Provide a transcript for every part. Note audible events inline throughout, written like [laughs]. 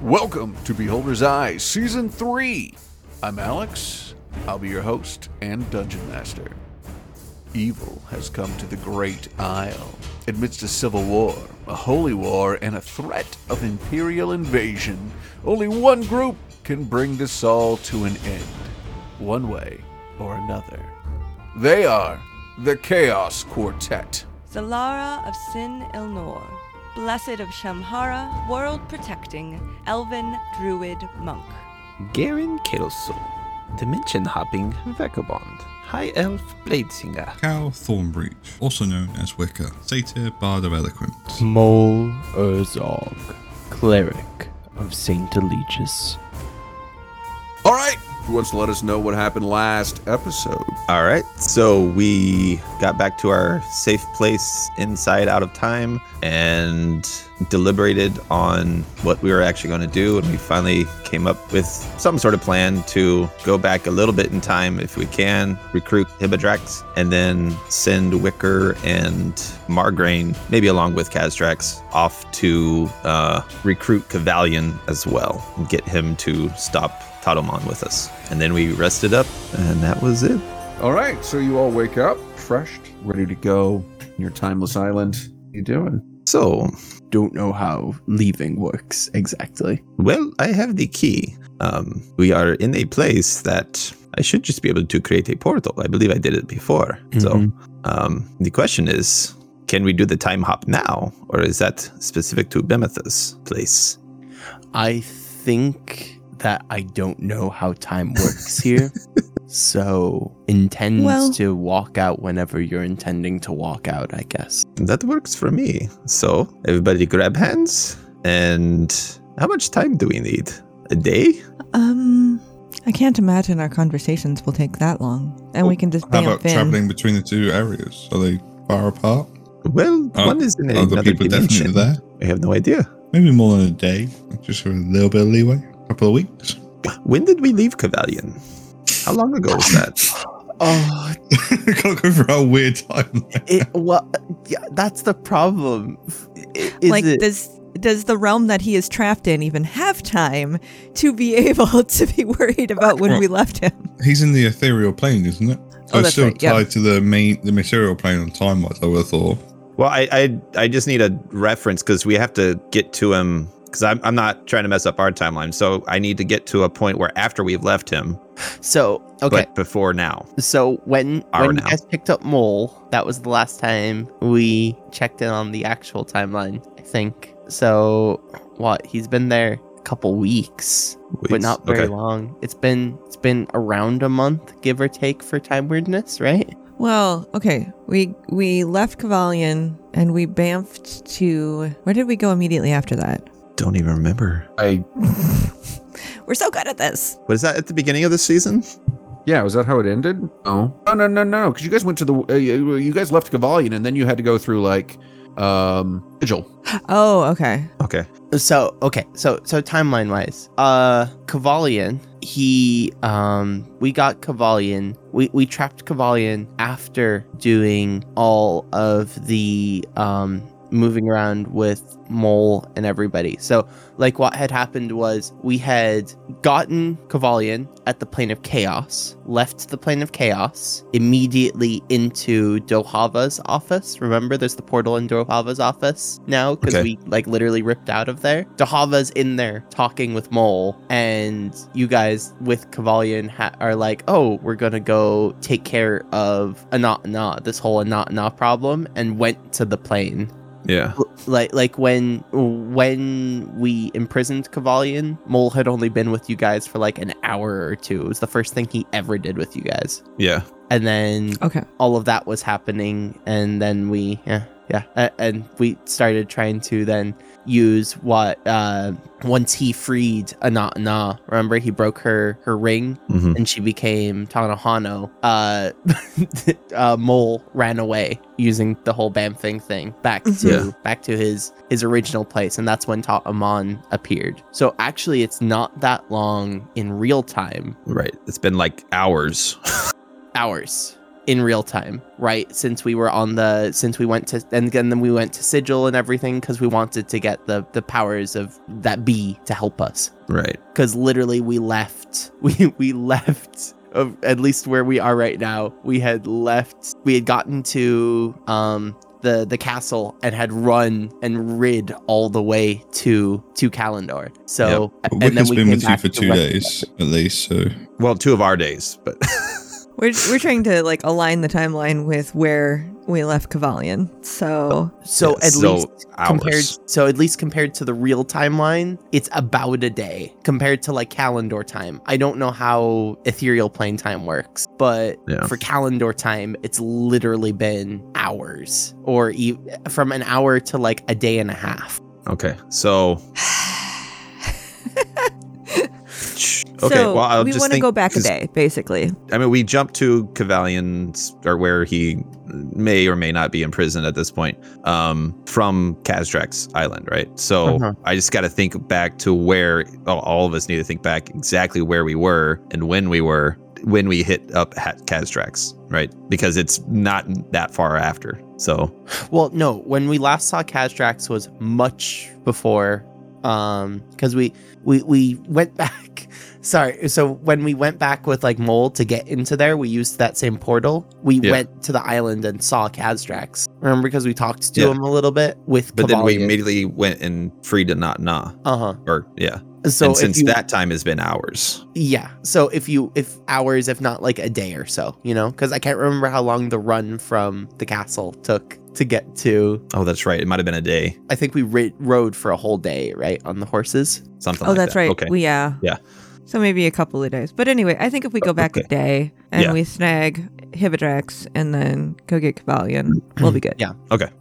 Welcome to Beholder's Eye, Season 3. I'm Alex. I'll be your host and dungeon master. Evil has come to the Great Isle amidst a civil war, a holy war, and a threat of imperial invasion. Only one group can bring this all to an end, one way or another. They are the Chaos Quartet. Zalara of Sin Ilnor, Blessed of Shamhara, world protecting, elven druid monk. Garen Kelso, Dimension Hopping Vagabond, High Elf Bladesinger, Cal Thornbreach, also known as Wicca, Satyr Bard of Eloquence, Mole Urzog, cleric of Saint Eligius. All right, who wants to let us know what happened last episode? All right. So we got back to our safe place inside out of time and deliberated on what we were actually going to do. And we finally came up with some sort of plan to go back a little bit in time if we can, recruit Hibadrax, and then send Wicker and Margrain, maybe along with Kazdrax, off to uh, recruit Cavalion as well and get him to stop. Tadomon with us. And then we rested up, and that was it. All right, so you all wake up, freshed, ready to go. Your timeless island. What you doing? So, Don't know how leaving works exactly. well, I have the key. Um, we are in a place that I should just be able to create a portal. I believe I did it before. So, Mhm. um, the question is can we do the time hop now, or is that specific to Bemetha's place? I think that I don't know how time works [laughs] here. so intends Well- to walk out whenever you're intending to walk out, I guess. That works for me. So, everybody grab hands. And how much time do we need? A day? Um, I can't imagine our conversations will take that long, and we can just Oh, How bamf about in. traveling between the two areas? Are they far apart? Well, Are- one is in Are the another Uh, people definitely dimension. there? I have no idea. Maybe more than a day, just for a little bit of leeway, a couple of weeks. [laughs] When did we leave Cavalion? How long ago was that? Oh, Gotta go for our weird timeline. it well, yeah, that's the problem. I- Is like it- does does the realm that he is trapped in even have time to be [laughs] able to be worried about when we left him? He's in the ethereal plane, isn't it? So Oh, it's that's still right, yeah. tied to the main, the material plane on time wise. I would have thought. Well, I, I I just need a reference because we have to get to him because I'm I'm not trying to mess up our timeline. So I need to get to a point where after we've left him, So okay, but before now. so when Hour when now. you guys picked up Mole, that was the last time we checked in on the actual timeline, I think. So what? He's been there a couple weeks, but Weeks. not very Okay. long. It's been it's been around a month, give or take, for time weirdness, right? Well, okay, we we left Cavalion and we bamfed to where did we go immediately after that? Don't even remember. I We're so good at this. Was that at the beginning of the season? yeah, was that how it ended? Oh, no, no, no, no, because you guys went to the uh, you you guys left Cavalion and then you had to go through like um Vigil. Oh, okay. Okay. So okay, so so timeline wise, uh, Cavalion, he um, we got Cavalion, we we trapped Cavalion after doing all of the um moving around with Mole and everybody. So like what had happened was we had gotten Cavalion at the plane of chaos, left the plane of chaos immediately into Dohava's office. Remember, there's the portal in Dohava's office now because Okay. we like literally ripped out of there. Dohava's in there talking with Mole, and you guys with Cavalion ha- are like, oh, we're gonna go take care of Anatana, this whole Anatana problem, and went to the plane Yeah. like like when when we imprisoned Cavalion, Mole had only been with you guys for like an hour or two. It was the first thing he ever did with you guys, Yeah. and then Okay. all of that was happening, and then we yeah yeah, a- and we started trying to then use what uh once he freed Anatana. Remember, he broke her her ring hmm and she became Tanahano, uh, [laughs] uh, Mole ran away using the whole Bamfing thing back to Yeah. back to his his original place, and that's when Ta'aman appeared. So actually, it's not that long in real time, Right. It's been like hours. [laughs] hours. in real time, right? Since we were on the since we went to and then we went to sigil and everything because we wanted to get the the powers of that bee to help us. Right. Because literally we left [laughs] we we left of at least where we are right now. We had left we had gotten to um the the castle and had run and rid all the way to to Kalendor. So But and then Wicca's we been came with you back for to two Wicca. days at least, so Well, two of our days, but [laughs] We're, we're trying to like align the timeline with where we left Kavalion. So So Yeah, at so least hours. compared so at least compared to the real timeline it's about a day compared to like calendar time i don't know how ethereal plane time works but Yeah. for calendar time it's literally been hours or e- from an hour to like a day and a half Okay. So. [sighs] okay. so well, I'll we just want to think- go back a 'cause, day, basically. I mean, we jump to Cavallion's or where he may or may not be in prison at this point um, from Kazdrax Island, right? So Uh-huh. I just got to think back to where all- all of us need to think back exactly where we were and when we were when we hit up Ha- Kazdrax, right? Because it's not that far after. So well no when we last saw Kazdrax was much before um because we we we went [laughs] back sorry so when we went back with like mole to get into there we used that same portal we Yeah. went to the island and saw Kazdrax remember because we talked to Yeah. him a little bit with but then we Kavalion. immediately went and freed a not nah uh-huh or yeah. so and if since you- that time has been hours. yeah so if you if hours if not like a day or so you know because i can't remember how long the run from the castle took to get to Oh, that's right. It might have been a day, i think we ri- rode for a whole day right on the horses something. Oh, like that's that. right. Okay. We, yeah. Yeah. So maybe a couple of days. But anyway, I think if we go back Okay. a day and Yeah. we snag Hibidrax and then go get Kavalion, [clears throat] [clears throat] we'll be good. Yeah.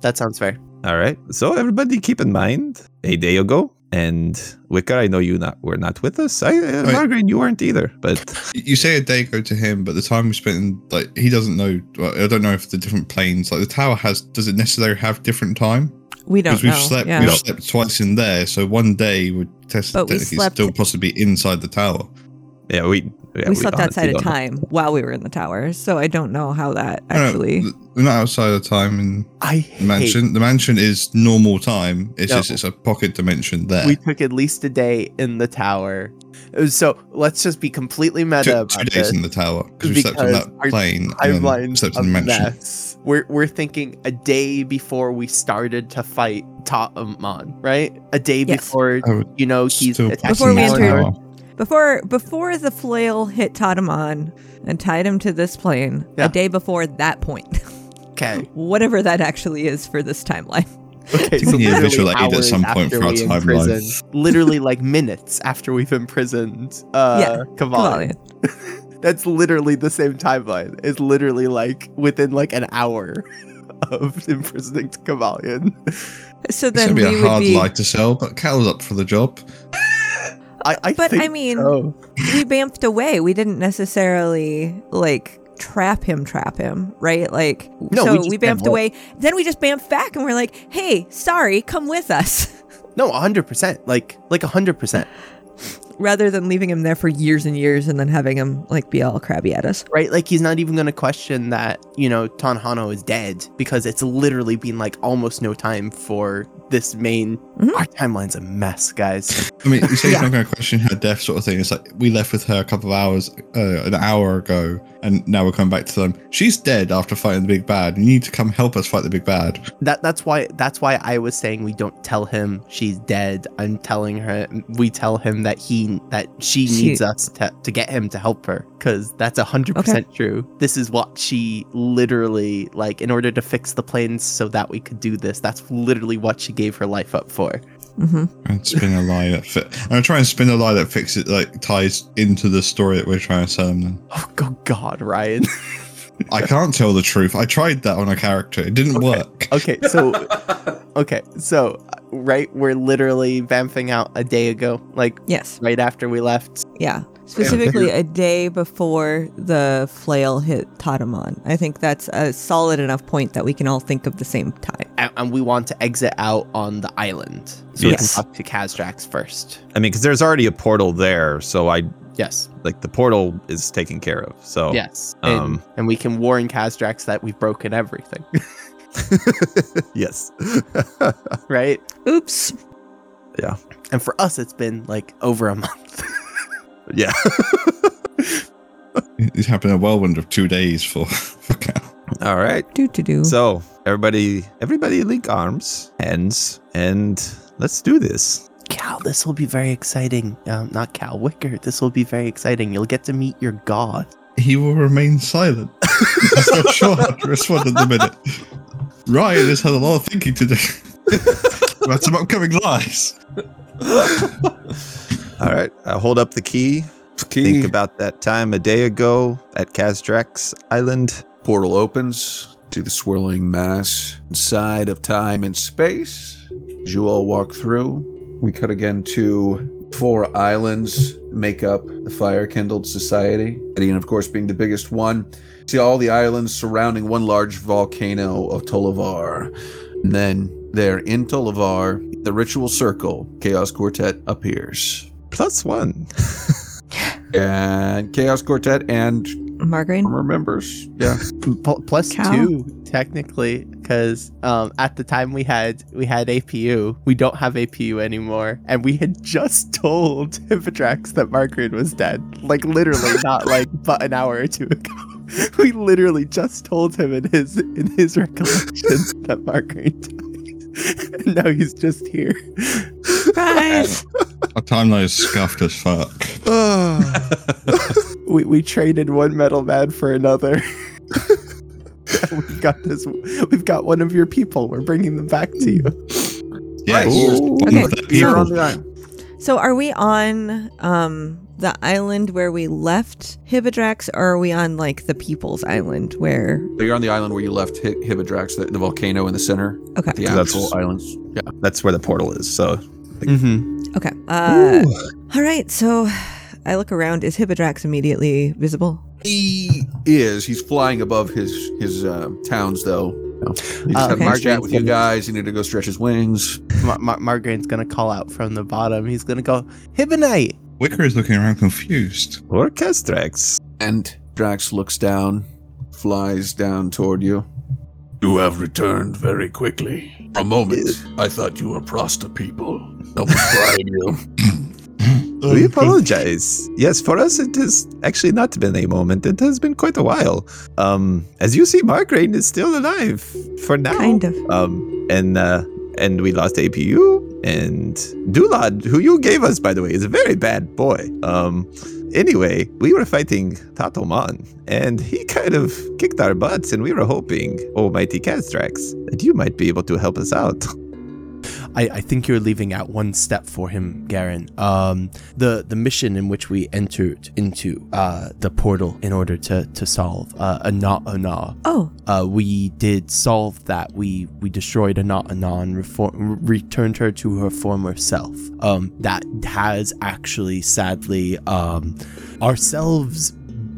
That sounds fair. All right. So everybody, keep in mind a day ago, and Wicker, I know you not were not with us. I, uh, Right. Margaret, you weren't either. [laughs] But you say a day go to him, but the time we spent in like he doesn't know. Well, I don't know if the different planes, like the tower, has does it necessarily have different time? We don't Because we've know. slept, yeah. we've slept twice in there, so one day would test But we technically slept- still possibly inside the tower. yeah, we yeah, we slept honestly outside of don't know. time while we were in the tower, so I don't know how that Uh, No, no, actually. th- we're not outside of time in I the mansion. The mansion is normal time. It's No. just it's a pocket dimension there. We took at least a day in the tower. Uh, So let's just be completely meta two, about two days this. in the tower because we slept on because that our plane and then Timelines slept a in the mansion. mess. We're we're thinking a day before we started to fight Ta'amon, right? A day Yes. before I would you know he's still attacking Before we possibly entered- Eleanor. tower. Before before the flail hit Tadamon and tied him to this plane, Yeah. a day before that point, [laughs] Okay, whatever that actually is for this timeline. [laughs] We okay. need a literally visual aid at some hours point for after our we timeline. imprisoned- Literally like minutes after we've imprisoned uh, Yeah, Kavali. Kavalion. That's literally the same timeline. It's literally like within like an hour [laughs] of imprisoning Kavalion. So It's gonna then be we a would hard be. lie to sell, but Cal's up for the job. I, I But think I mean, so. [laughs] we bamfed away. We didn't necessarily like trap him, trap him, right? Like, No, so we we, just bamfed bamfed away. Then we just bamfed back, and we're like, "Hey, sorry, come with us," [laughs] no, hundred percent. Like like hundred percent. rather than leaving him there for years and years and then having him like be all crabby at us. Right? Like he's not even gonna question that, you know, Tanhano is dead because it's literally been like almost no time for this main Mhm. our timeline's a mess, guys. I mean, you say he's Yeah. not going to question her death, sort of thing. It's like we left with her a couple of hours, uh, an hour ago, and now we're coming back to them. She's dead after fighting the big bad. You need to come help us fight the big bad. That that's why that's why I was saying we don't tell him she's dead. I'm telling her we tell him that he that she She- needs us to, to get him to help her because that's a hundred percent true. This is what she literally like in order to fix the planes so that we could do this. That's literally what she gave her life up for. hmm And spin a lie that fit. And I try and spin a lie that fixes, like ties into the story that we're trying to sell them. Then. Oh go- God, Ryan. I can't tell the truth. I tried that on a character. It didn't work. Okay, so okay, so uh, right, we're literally vamping out a day ago, like Yes, right after we left. yeah. Specifically, a day before the flail hit Tadamon. I think that's a solid enough point that we can all think of the same time. and, and we want to exit out on the island. So Yes. we can talk to Kazdrax first. I mean, because there's already a portal there, so I Yes. Like the portal is taken care of. So Yes. Um, and, and we can warn Kazdrax that we've broken everything, [laughs] [laughs] yes. right? Oops. And for us, it's been like over a month. [laughs] yeah. It's happened in a whirlwind of two days for, [laughs] for Cal. All right. Do to do. So everybody, everybody, link arms, hands, and let's do this. Cal, this will be very exciting. Um, not Cal, Wicker. This will be very exciting. You'll get to meet your god. He will remain silent. [laughs] He's not sure how to respond at the minute. Ryan has had a lot of thinking to do [laughs] about some upcoming lies. All right. I hold up the key. Think about that time a day ago at Kazdrax Island. Portal opens to the swirling mass inside of time and space. As you all walk through, we cut again to four islands make up the Fire Kindled Society. Gideon, of course, being the biggest one. See all the islands surrounding one large volcano of Tolovar. And then there in Tolovar, the ritual circle, Chaos Quartet appears. Plus one. And Chaos Quartet and Margarine. former members. Yeah. Pl- plus Cal? two, technically, because um, at the time we had we had APU. We don't have APU anymore, and we had just [laughs] told Hippodrax that Margaret was dead. Like literally, not like but an hour or two ago. [laughs] We literally just told him in his in his recollections [laughs] that Margaret died. [laughs] And now he's just here. Surprise. Our timeline is scuffed as fuck. We we traded one metal man for another. [laughs] we've got this. We've got one of your people. We're bringing them back to you. Yes. Okay. You're on So are we on um the island where we left Hibadrax or are we on like the people's island where So you're on the island where you left Hi- Hibadrax, the, the volcano in the center, Okay. the So that's- actual islands. Yeah. That's where the portal is. So Okay. Uh all right, so I look around. Is Hibadrax immediately visible? He is. He's flying above his his um, towns, though. You just Uh, have a nice Margaret- chat with you guys. You need to go stretch his wings. Mar- Mar- Margarine's gonna call out from the bottom. He's gonna go, Hibonite! Wicker is looking around confused. or Kazdrax. And Drax looks down, flies down toward you. You have returned very quickly. For a moment, I thought you were prosta people. No [laughs] you. Oh, We apologize. Yes, for us it has actually not been a moment. It has been quite a while. Um, as you see, Margraine is still alive for now. Kind of. Um, and uh, and we lost APU and Dulad, who you gave us by the way, is a very bad boy. Um, anyway, we were fighting Tatoman, and he kind of kicked our butts, and we were hoping, Almighty Castrax, that you might be able to help us out. I, I think you're leaving out one step for him, Garen. Um, the the mission in which we entered into uh, the portal in order to to solve uh, Ana Ana. Oh, Uh, we did solve that. We we destroyed Ana Ana and refor- returned her to her former self. Um, that has actually, sadly, um, ourselves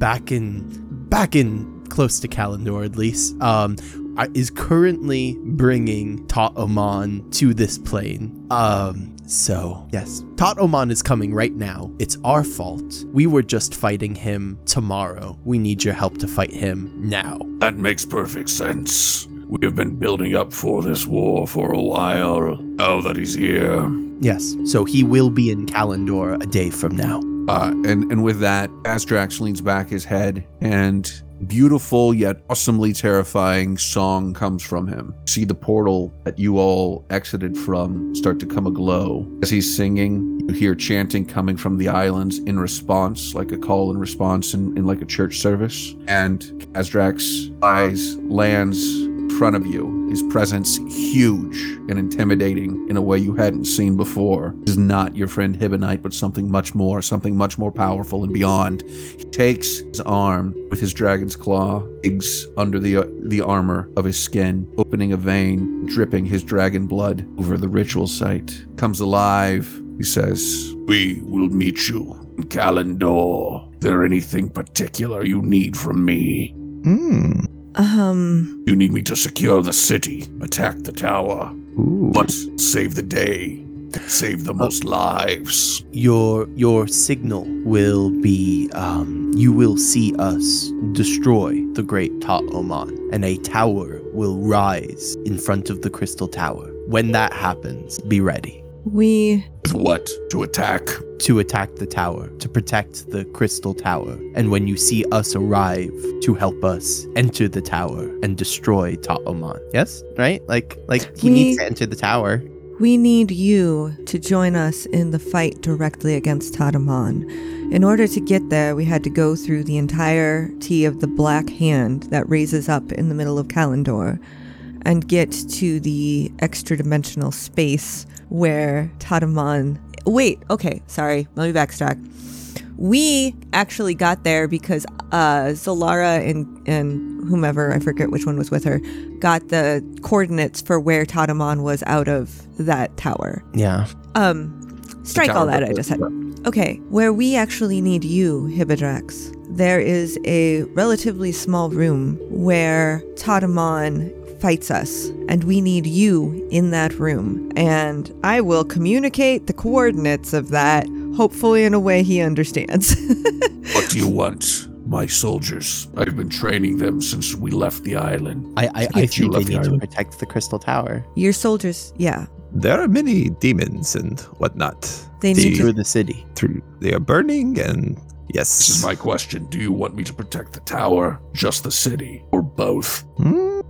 back in back in close to Kalendor at least. Um, I- is currently bringing Tot Oman to this plane. Um, so yes, Tot Oman is coming right now. It's our fault. We were just fighting him tomorrow. We need your help to fight him now. That makes perfect sense. We have been building up for this war for a while. Now that he's here. Yes. So he will be in Kalendor a day from now. Uh, and, and with that, Astrax leans back his head, and beautiful yet awesomely terrifying song comes from him. See the portal that you all exited from start to come aglow. As he's singing, you hear chanting coming from the islands in response, like a call and response in, in like a church service. And Astrax eyes lands in front of you his presence huge and intimidating in a way you hadn't seen before this is not your friend hibonite but something much more something much more powerful and beyond he takes his arm with his dragon's claw digs under the the armor of his skin opening a vein dripping his dragon blood over the ritual site comes alive he says we will meet you in kalendor is there anything particular you need from me Hmm. um you need me to secure the city, attack the tower, Ooh. but save the day. Save the most lives. your your signal will be um, you will see us destroy the great Ta Oman, and a tower will rise in front of the crystal tower. When that happens, be ready We With what? To attack. to attack the tower, to protect the crystal tower, and when you see us arrive, to help us enter the tower and destroy Ta Oman. Yes, right? Like like he We- needs to enter the tower. we need you to join us in the fight directly against Tadaman. In order to get there, we had to go through the entirety of the Black Hand that raises up in the middle of Kalendor and get to the extra dimensional space where Tadaman. Wait, okay, sorry, let me backtrack. we actually got there because uh, Zolara and and whomever I forget which one was with her got the coordinates for where Tadaman was out of that tower. Yeah. Um, strike all that I just had. Okay, where we actually need you, Hibidrax. There is a relatively small room where Tadamon fights us, and we need you in that room. And I will communicate the coordinates of that, hopefully in a way he understands. [laughs] What do you want? My soldiers. I've been training them since we left the island. I I, I If you think they left the need to island. protect the crystal tower. Your soldiers, yeah, There are many demons and whatnot they See need Through to. the city. through. They are burning and This is yes. my question. Do you want me to protect the tower, just the city, or both? Hmm?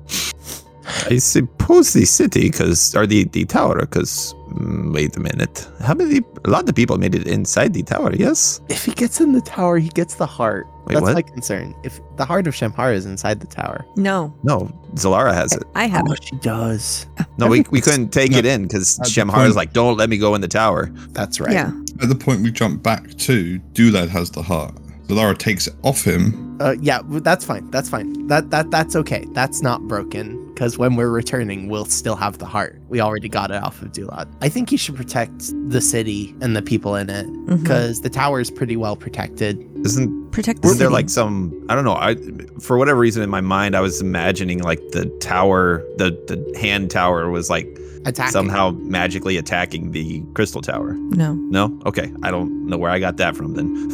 I suppose the city, because or the the tower, because wait a minute, how many? A lot of people made it inside the tower. Yes. If he gets in the tower, he gets the heart. Wait, That's what? my concern. If the heart of Shamhara is inside the tower. No, No, Zalara has it. I have. Oh, she does. No, we, we couldn't take No. it in [laughs] because That's the Shemhar point. is like, don't let me go in the tower. Uh, That's right. Yeah, At the point we jump back to, Doolad has the heart. Zalara takes it off him. Uh, yeah, w- that's fine. That's fine. That that that's okay. That's not broken because when we're returning, we'll still have the heart. We already got it off of Dulad. I think you should protect the city and the people in it mhm. because the tower is pretty well protected. Isn't protect the isn't there city. like some I don't know, I for whatever reason in my mind I was imagining like the tower the, the hand tower was like Attack somehow magically attacking the crystal tower. no. No? Okay. I don't know where I got that from then.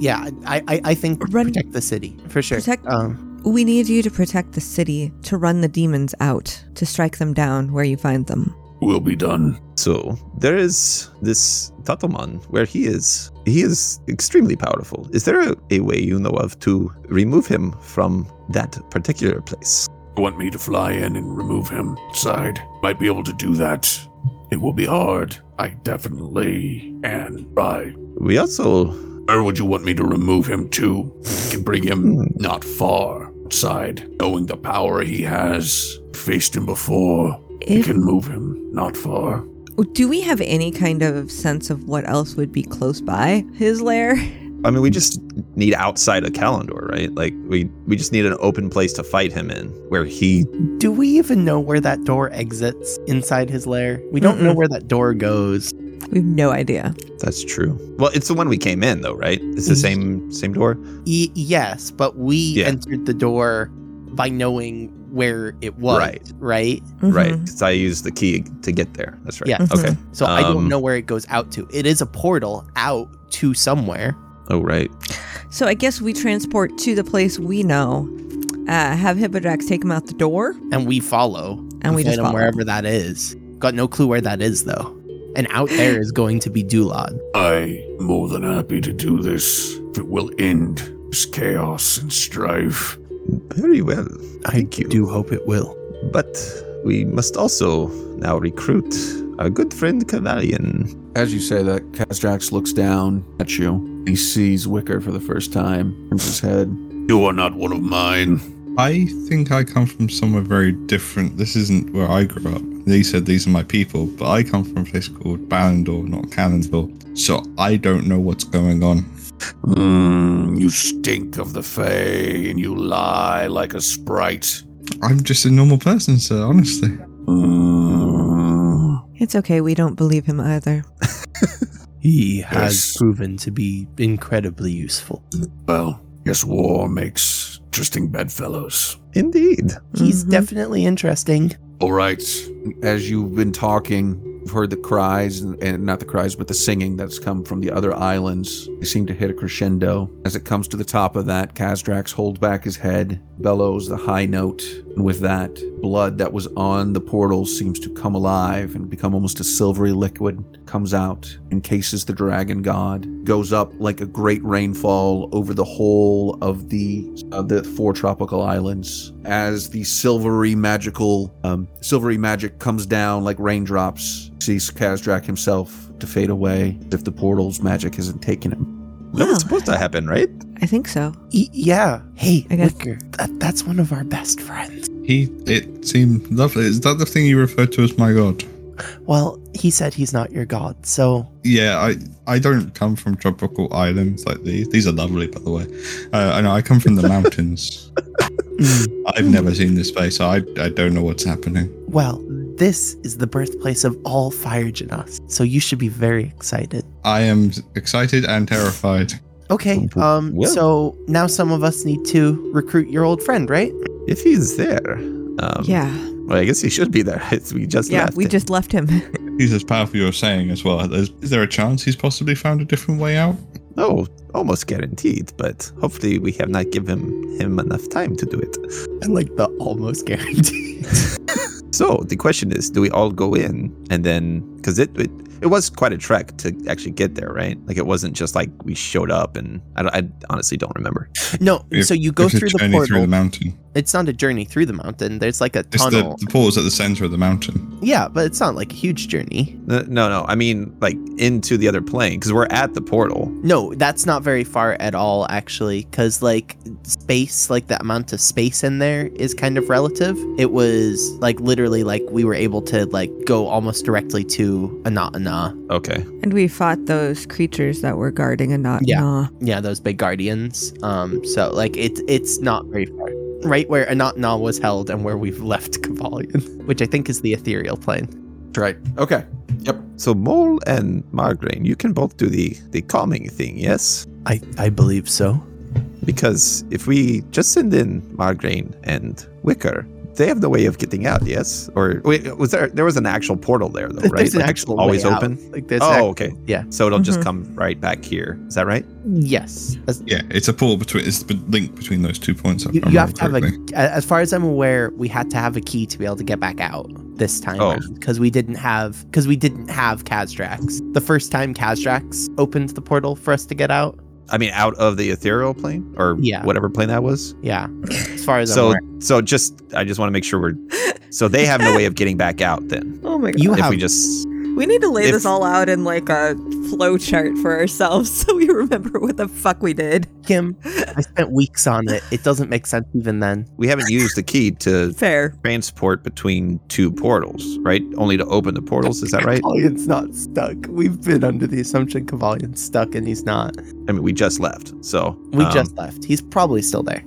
Yeah, I I, I think Run- protect the city for sure. Protect- um, We need you to protect the city, to run the demons out, to strike them down where you find them. Will be done. So there is this Tatoman where he is he is extremely powerful. Is there a, a way you know of to remove him from that particular place? Want me to fly in and remove him Side Might be able to do that. It will be hard. I definitely and I. We also Where would you want me to remove him to? I can bring him not far outside. Knowing the power he has, faced him before. We If- can move him not far. Do we have any kind of sense of what else would be close by his lair? [laughs] I mean, we just need outside of Kalendor, right? Like we we just need an open place to fight him in, where he. do we even know where that door exits inside his lair? We don't know Mm-mm. where that door goes. We have no idea. That's true. Well, it's the one we came in though, right? It's the same same door. E- yes, but we Yeah. entered the door by knowing where it was. Right. Right. Right. Mhm. 'Cause I used the key to get there. That's right. Mm-hmm. Yeah. Okay. So I don't Um, know where it goes out to. It is a portal out to somewhere. Oh right. So I guess we transport to the place we know, uh, have Hippodrax take him out the door, And we follow. and we fight just 'em follow. wherever that is. Got no clue where that is though. And out there is going to be Dulad. I am more than happy to do this if it will end this chaos and strife. Very well. Thank you. do hope it will. But we must also now recruit our good friend Cavalion. As you say that, Kazdrax looks down at you. He sees Wicker for the first time, turns his head. You are not one of mine. I think I come from somewhere very different. This isn't where I grew up. They said these are my people, but I come from a place called Ballandor, not Calendor. So I don't know what's going on. Mm, you stink of the Fae, and you lie like a sprite. I'm just a normal person, sir, honestly. Mm. It's okay. We don't believe him either. He has Yes. proven to be incredibly useful. Well, guess war makes interesting bedfellows. Indeed. He's Mhm. definitely interesting. All right. As you've been talking, heard the cries and, and not the cries, but the singing that's come from the other islands. They seem to hit a crescendo. As it comes to the top of that, Kazdrax holds back his head, bellows the high note, and with that, blood that was on the portal seems to come alive and become almost a silvery liquid, comes out, encases the dragon god, goes up like a great rainfall over the whole of the of the four tropical islands as the silvery magical um, silvery magic comes down like raindrops sees Kazdrak himself to fade away as if the portal's magic hasn't taken him That Ah. was supposed to happen, right? I think so. Y- yeah. Hey, I guess- Wicker, that, that's one of our best friends. He, it seemed lovely. Is that the thing you referred to as my god? Well, he said he's not your god, so Yeah, I, I don't come from tropical islands like these. These are lovely, by the way. Uh, I know I come from the mountains. mm, I've never seen this place. I, I don't know what's happening. well, this is the birthplace of all fire genas, so you should be very excited. I am excited and terrified. Okay, Mm-hmm. um, Well. so now some of us need to recruit your old friend, right? If he's there. Um, yeah. Well, I guess he should be there. [laughs] we just Yeah. left We him. just left him. [laughs] He's as powerful you're saying as well. Is, is there a chance he's possibly found a different way out? Oh, almost guaranteed, but hopefully we have not given him enough time to do it. I like the almost [laughs] guarantee. [laughs] So the question is, do we all go in and then because it, it it was quite a trek to actually get there, right? Like it wasn't just like we showed up and I, don't- I honestly don't remember. no, If- so you go It's a through the journey portal. through the mountain. it's not a journey through the mountain. There's like a It's the, tunnel. the portal's at the center of the mountain. yeah, but it's not like a huge journey. No, no, no I mean like into the other plane because we're at the portal. No, that's not very far at all, actually, because like space, like the amount of space in there is kind of relative. It was like literally like we were able to like go almost directly to Anatana. Okay, and we fought those creatures that were guarding and not. Yeah. Nah. Yeah, those big guardians. Um, so like it's it's not very far. Right where Anatana was held and where we've left [laughs] Kavalion, which I think is the ethereal plane. right okay yep so Mole and Margrain, you can both do the the calming thing, yes? I I believe so. Because if we just send in Margrain and Wicker. They have no way of getting out, yes? Or wait, was there? There was an actual portal there, though, right? [laughs] There's an Like, it's actual always way out. open. Like there's an oh, act- okay. yeah. Mm-hmm. So it'll just Mhm. come right back here. Is that right? yes. That's- Yeah, it's a portal between. It's the link between those two points. if I You, Mm-hmm, you have remember to have a. correctly. As far as I'm aware, we had to have a key to be able to get back out this time Oh. because we didn't have because we didn't have Kazdrax the first time Kazdrax opened the portal for us to get out. I mean, out of the ethereal plane or Yeah. whatever plane that was. Yeah, as far as I'm So, aware, so just I just want to make sure we're. So they have no way of getting back out then. Oh my god. [laughs] you if have we just We need to lay If- this all out in like a flow chart for [laughs] ourselves so we remember what the fuck we did. Kim. I spent weeks on it. It doesn't make sense even then. we haven't used the key to Fair. transport between two portals, right? Only to open the portals. Is that [laughs] right? Kavalion's not stuck. We've been under the assumption Kavalion's stuck, and he's not. I mean, we just left, so We um, just left. He's probably still there.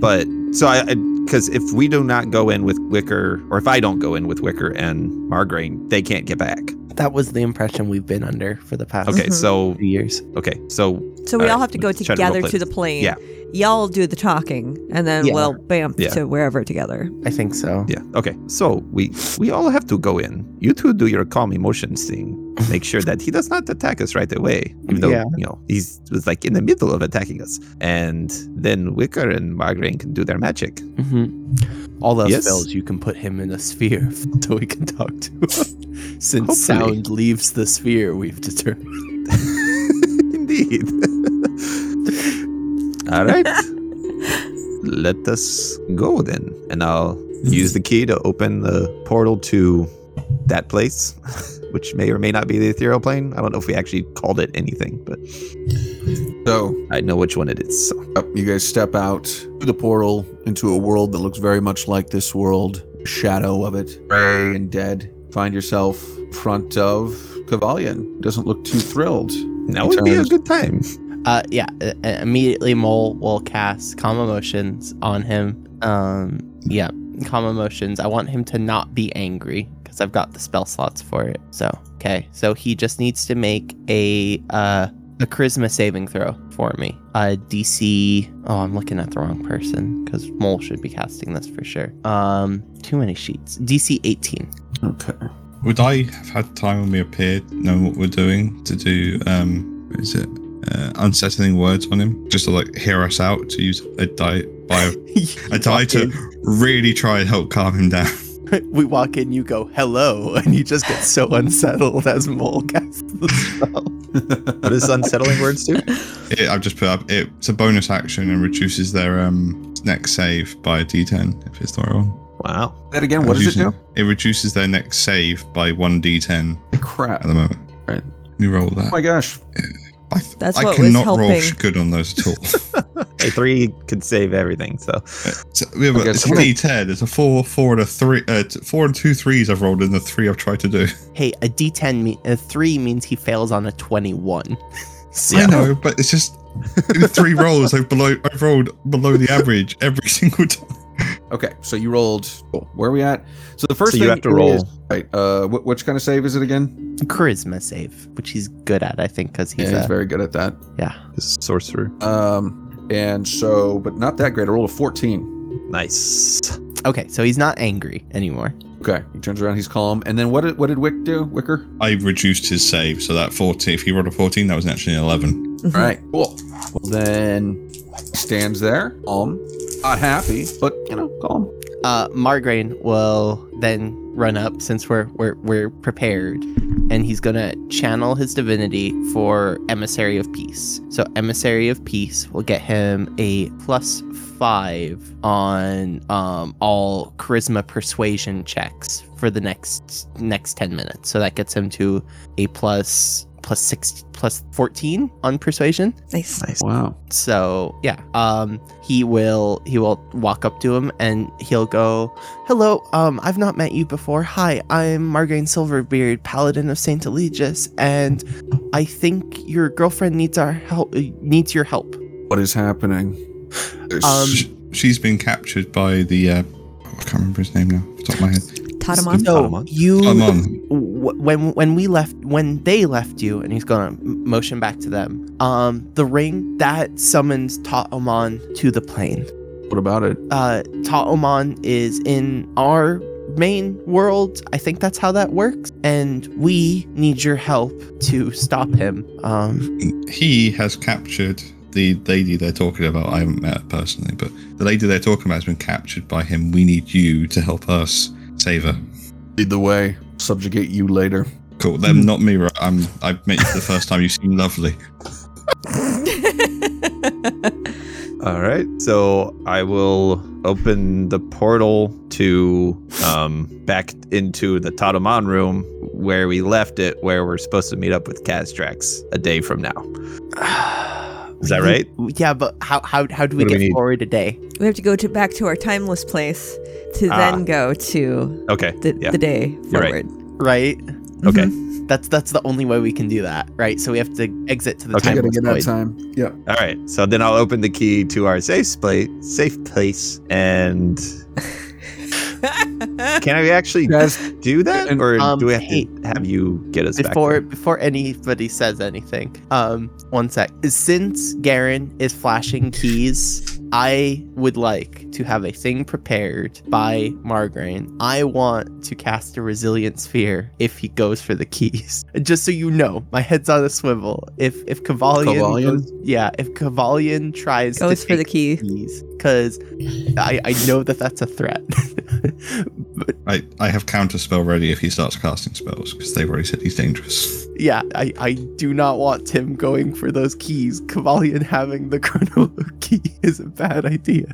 But so I, because if we do not go in with Wicker, or if I don't go in with Wicker and Margrain, they can't get back. That was the impression we've been under for the past Okay, Mhm. so few years. okay, so So we All all right, have to go let's try to role together play to the this. plane. Yeah. Y'all do the talking and then Yeah. we'll bam Yeah. to wherever together. I think so. Yeah. Okay. So we we all have to go in. You two do your calm emotions thing. Make sure that he does not attack us right away. Even though Yeah. you know he's was like in the middle of attacking us. And then Wicker and Margrain can do their magic. Mm-hmm. All else Yes? fails, you can put him in a sphere [laughs] so we can talk to [laughs] him. Since Hopefully. sound leaves the sphere, we've determined. [laughs] Indeed. all right. Let us go then, and I'll use the key to open the portal to that place, [laughs] which may or may not be the ethereal plane. I don't know if we actually called it anything, but so I know which one it is. So. Up, you guys step out through the portal into a world that looks very much like this world, shadow of it, gray and dead. Find yourself in front of Kavalion. Doesn't look too thrilled. Now would be a Turns. good time. Uh, yeah, uh, uh, immediately Mole will cast Calm Emotions on him. Um, yeah, Calm Emotions. I want him to not be angry because I've got the spell slots for it. So, okay, so he just needs to make a uh, a Charisma saving throw for me. Uh, DC. Oh, I'm looking at the wrong person because Mole should be casting this for sure. Um, too many sheets. DC 18. Okay. Would I have had time when we appeared, knowing what we're doing, to do um, what is it uh, unsettling words on him, just to like hear us out, to use a die by [laughs] a die to really try and help calm him down? we walk in, you go, hello, and you just get so unsettled as Mole casts the spell. [laughs] What does unsettling words do? It, I've just put up. It's a bonus action and reduces their um next save by a d10 if it's not wrong. Wow. That again, what does it do? Reducing- It reduces their next save by one d10 Crap. at the moment. Right. Let me roll Oh that. my gosh. I, That's I what was cannot roll helping. sh- good on those at [laughs] all. Uh, A three could save everything. So So we have a, Okay, it's a so- D10. There's a four, four, and a three. Uh, t- four and two threes I've rolled, and the three I've tried to do. Hey, a D10, me- a three means he fails on a 21. I know, but it's just in three rolls I've below. I've rolled below the average every [laughs] single time. Okay, so you rolled. oh, where are we at? So the first So you thing have to roll. is- right. Uh, wh- which kind of save is it again? Charisma save, which he's good at, I think, because he's, yeah, he's a- very good at that. this sorcerer. Um, and so, but not that great. I rolled a fourteen. Nice. okay. So he's not angry anymore. Okay, he turns around. He's calm. And then what did what did Wick do? Wicker. I reduced his save, so that 14. If he rolled a 14, that was actually an 11. Mm-hmm. All right, cool. Well, then he stands there, calm, not happy, but you know, calm. Uh, Margraine will then run up since we're we're we're prepared, and he's gonna channel his divinity for emissary of peace. So emissary of peace will get him a plus five on um, all charisma persuasion checks for the next next ten minutes. So that gets him to a plus plus six plus fourteen on persuasion. Nice. Nice. Wow. So yeah, um, he will he will walk up to him and he'll go, "Hello, um, I've not met you before. Hi, I'm Margarine Silverbeard, Paladin of Saint Eligius, and I think your girlfriend needs our help. Needs your help." What is happening? There's- Um, Sh- she's been captured by the. Uh, oh, I can't remember his name now. Off the top of my head. Tadamon. So you I'm on. w- when when we left when they left you and he's gonna m- motion back to them um the ring that summons Ta'oman to the plane what about it? uh, Taoman is in our main world. I think that's how that works. And we need your help to stop him. Um, He has captured the lady they're talking about. I haven't met her personally, but the lady they're talking about has been captured by him. We need you to help us save her. Lead the way. Subjugate you later. Cool. Them, not me. right? I'm. I've met you for the first time. You seem lovely. All right. So I will open the portal to um back into the Tadaman room where we left it, where we're supposed to meet up with Kaztrax a day from now. Is that right? yeah, but how how how do we What do we get need? forward today? We have to go to back to our timeless place to Ah. then go to Okay. the, Yeah. the day right. forward. Right? Okay. [laughs] That's that's the only way we can do that, right? So we have to exit to the Okay. I time. gotta get that void. time. Yep. All right. So then I'll open the key to our safe place. Safe place. And can I actually Guys, do that, and, or um, do we have hey, to have you get us before back? before anybody says anything um one sec since garen is flashing keys i would like to have a thing prepared by margarine i want to cast a resilient sphere if he goes for the keys [laughs] just so you know my head's on a swivel if if Kavalian, Kavalion? goes- yeah if Kavalian tries Goes to for the take key. keys because i i know that that's a threat [laughs] I, I have counter spell ready if he starts casting spells because they've already said he's dangerous. Yeah, I, I do not want Tim going for those keys. Kavalian having the [laughs] chrono key is a bad idea.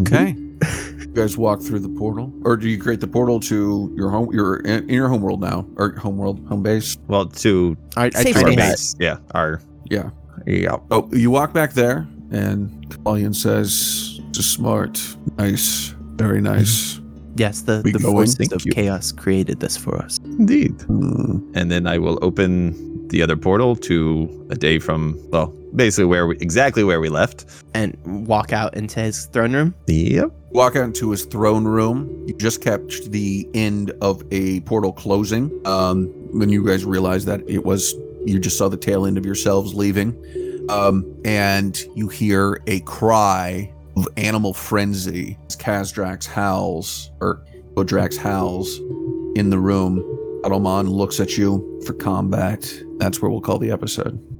Okay. you guys walk through the portal, or do you create the portal to your home? Your in in your home world now, or home world, home base? Well, to I, Safe our Pretty base. Yeah. Our Yeah. yeah. Oh, you walk back there, and Kalian says, "It's smart, nice, very nice." Yes, the, We the go in, forces thank of you. chaos created this for us. Indeed. Hmm. and then I will open the other portal to a day from well, basically where we exactly where we left. And walk out into his throne room. Yep. Walk out into his throne room. You just catch the end of a portal closing. Um, when you guys realize that it was, you just saw the tail end of yourselves leaving, um, and you hear a cry of animal frenzy. Kazdrax howls, or Bodrax howls in the room, Adelman looks at you for combat. That's where we'll call the episode.